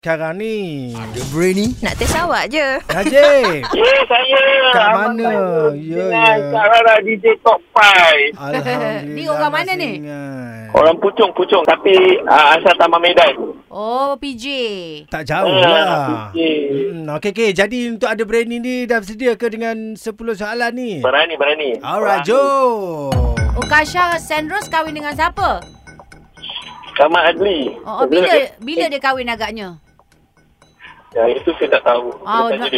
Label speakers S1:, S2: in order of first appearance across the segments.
S1: sekarang ni?
S2: Dia berani.
S3: Nak test awak je.
S1: Najib.
S4: Ya, saya.
S1: Kat
S4: Abang
S1: mana?
S4: saya
S1: Ya,
S4: dengan
S1: ya.
S4: Kak Rara DJ Top 5.
S1: Alhamdulillah.
S5: Ni orang mana
S1: masih
S5: ni?
S1: ingat.
S4: Orang Pucung, Pucung. Tapi uh, asal Taman Medan.
S5: Oh, PJ.
S1: Tak jauh
S4: Ah,
S1: lah.
S4: okey.
S1: Hmm, okey, okey. Jadi untuk ada Brandy ni dah sedia ke dengan 10 soalan ni?
S4: Berani, berani.
S1: Ya.
S4: Ah,
S1: Alright,
S4: Berani.
S1: jom.
S5: Oh, Kasha Sandros kahwin dengan siapa?
S4: Sama Adli.
S5: Oh, oh
S4: Eh,
S5: bila bila dia kahwin agaknya?
S4: Ya, itu saya tak tahu.
S5: Ah,
S4: Oh, tanya
S5: nak-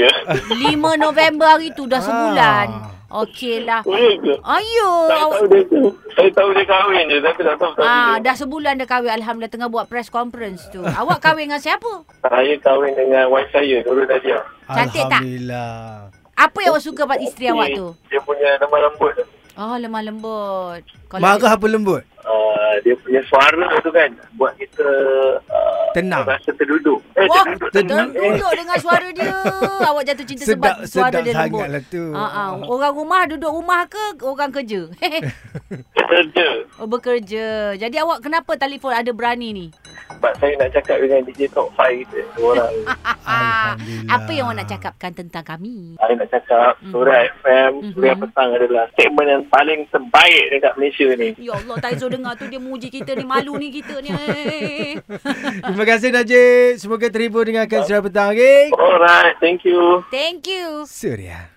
S5: 5
S4: dia.
S5: November hari tu dah
S1: Ah.
S5: sebulan. Okeylah.
S4: Oh, ya ke?
S5: Ayo.
S4: Saya
S5: awak-
S4: tahu dia tu. Saya tahu dia kahwin je. Tapi tak tahu.
S5: Oh, Ah,
S4: tanya dia.
S5: dah sebulan dah kahwin alhamdulillah tengah buat press conference tu. Awak kahwin dengan siapa?
S4: Saya kahwin dengan wife saya, Nurul Nadia.
S5: Cantik tak?
S1: Alhamdulillah.
S5: Apa yang awak suka buat isteri awak
S4: Dia-
S5: tu?
S4: Dia punya nama rambut.
S5: Oh, lemah lembut.
S1: Marah apa lembut?
S4: Uh, dia punya suara tu kan. Buat kita... Uh,
S1: Tenang.
S4: Rasa terduduk. Eh,
S5: Wah,
S4: terduduk.
S1: Tenang.
S5: terduduk dengan suara dia. Awak jatuh cinta
S1: Sedap-
S5: sebab suara
S1: sedap
S5: dia lembut.
S1: sangatlah tu.
S5: Ah, ah. Orang rumah duduk rumah ke orang kerja?
S4: Kerja.
S5: oh, bekerja. Jadi awak kenapa telefon ada berani ni?
S4: Sebab saya nak cakap dengan DJ Top 5 kita. Dua orang.
S5: Ah,
S1: Alhamdulillah.
S5: apa yang awak nak cakapkan tentang kami?
S4: saya nak cakap Suria FM, Suria Petang adalah segmen yang paling terbaik dekat Malaysia ni.
S5: Ya Allah, Taizo dengar tu dia muji kita ni, malu ni kita ni.
S1: Terima kasih Najib. Semoga terhibur dengan Kasih Petang, okey?
S4: Alright, thank you.
S5: Thank you.
S1: Suria.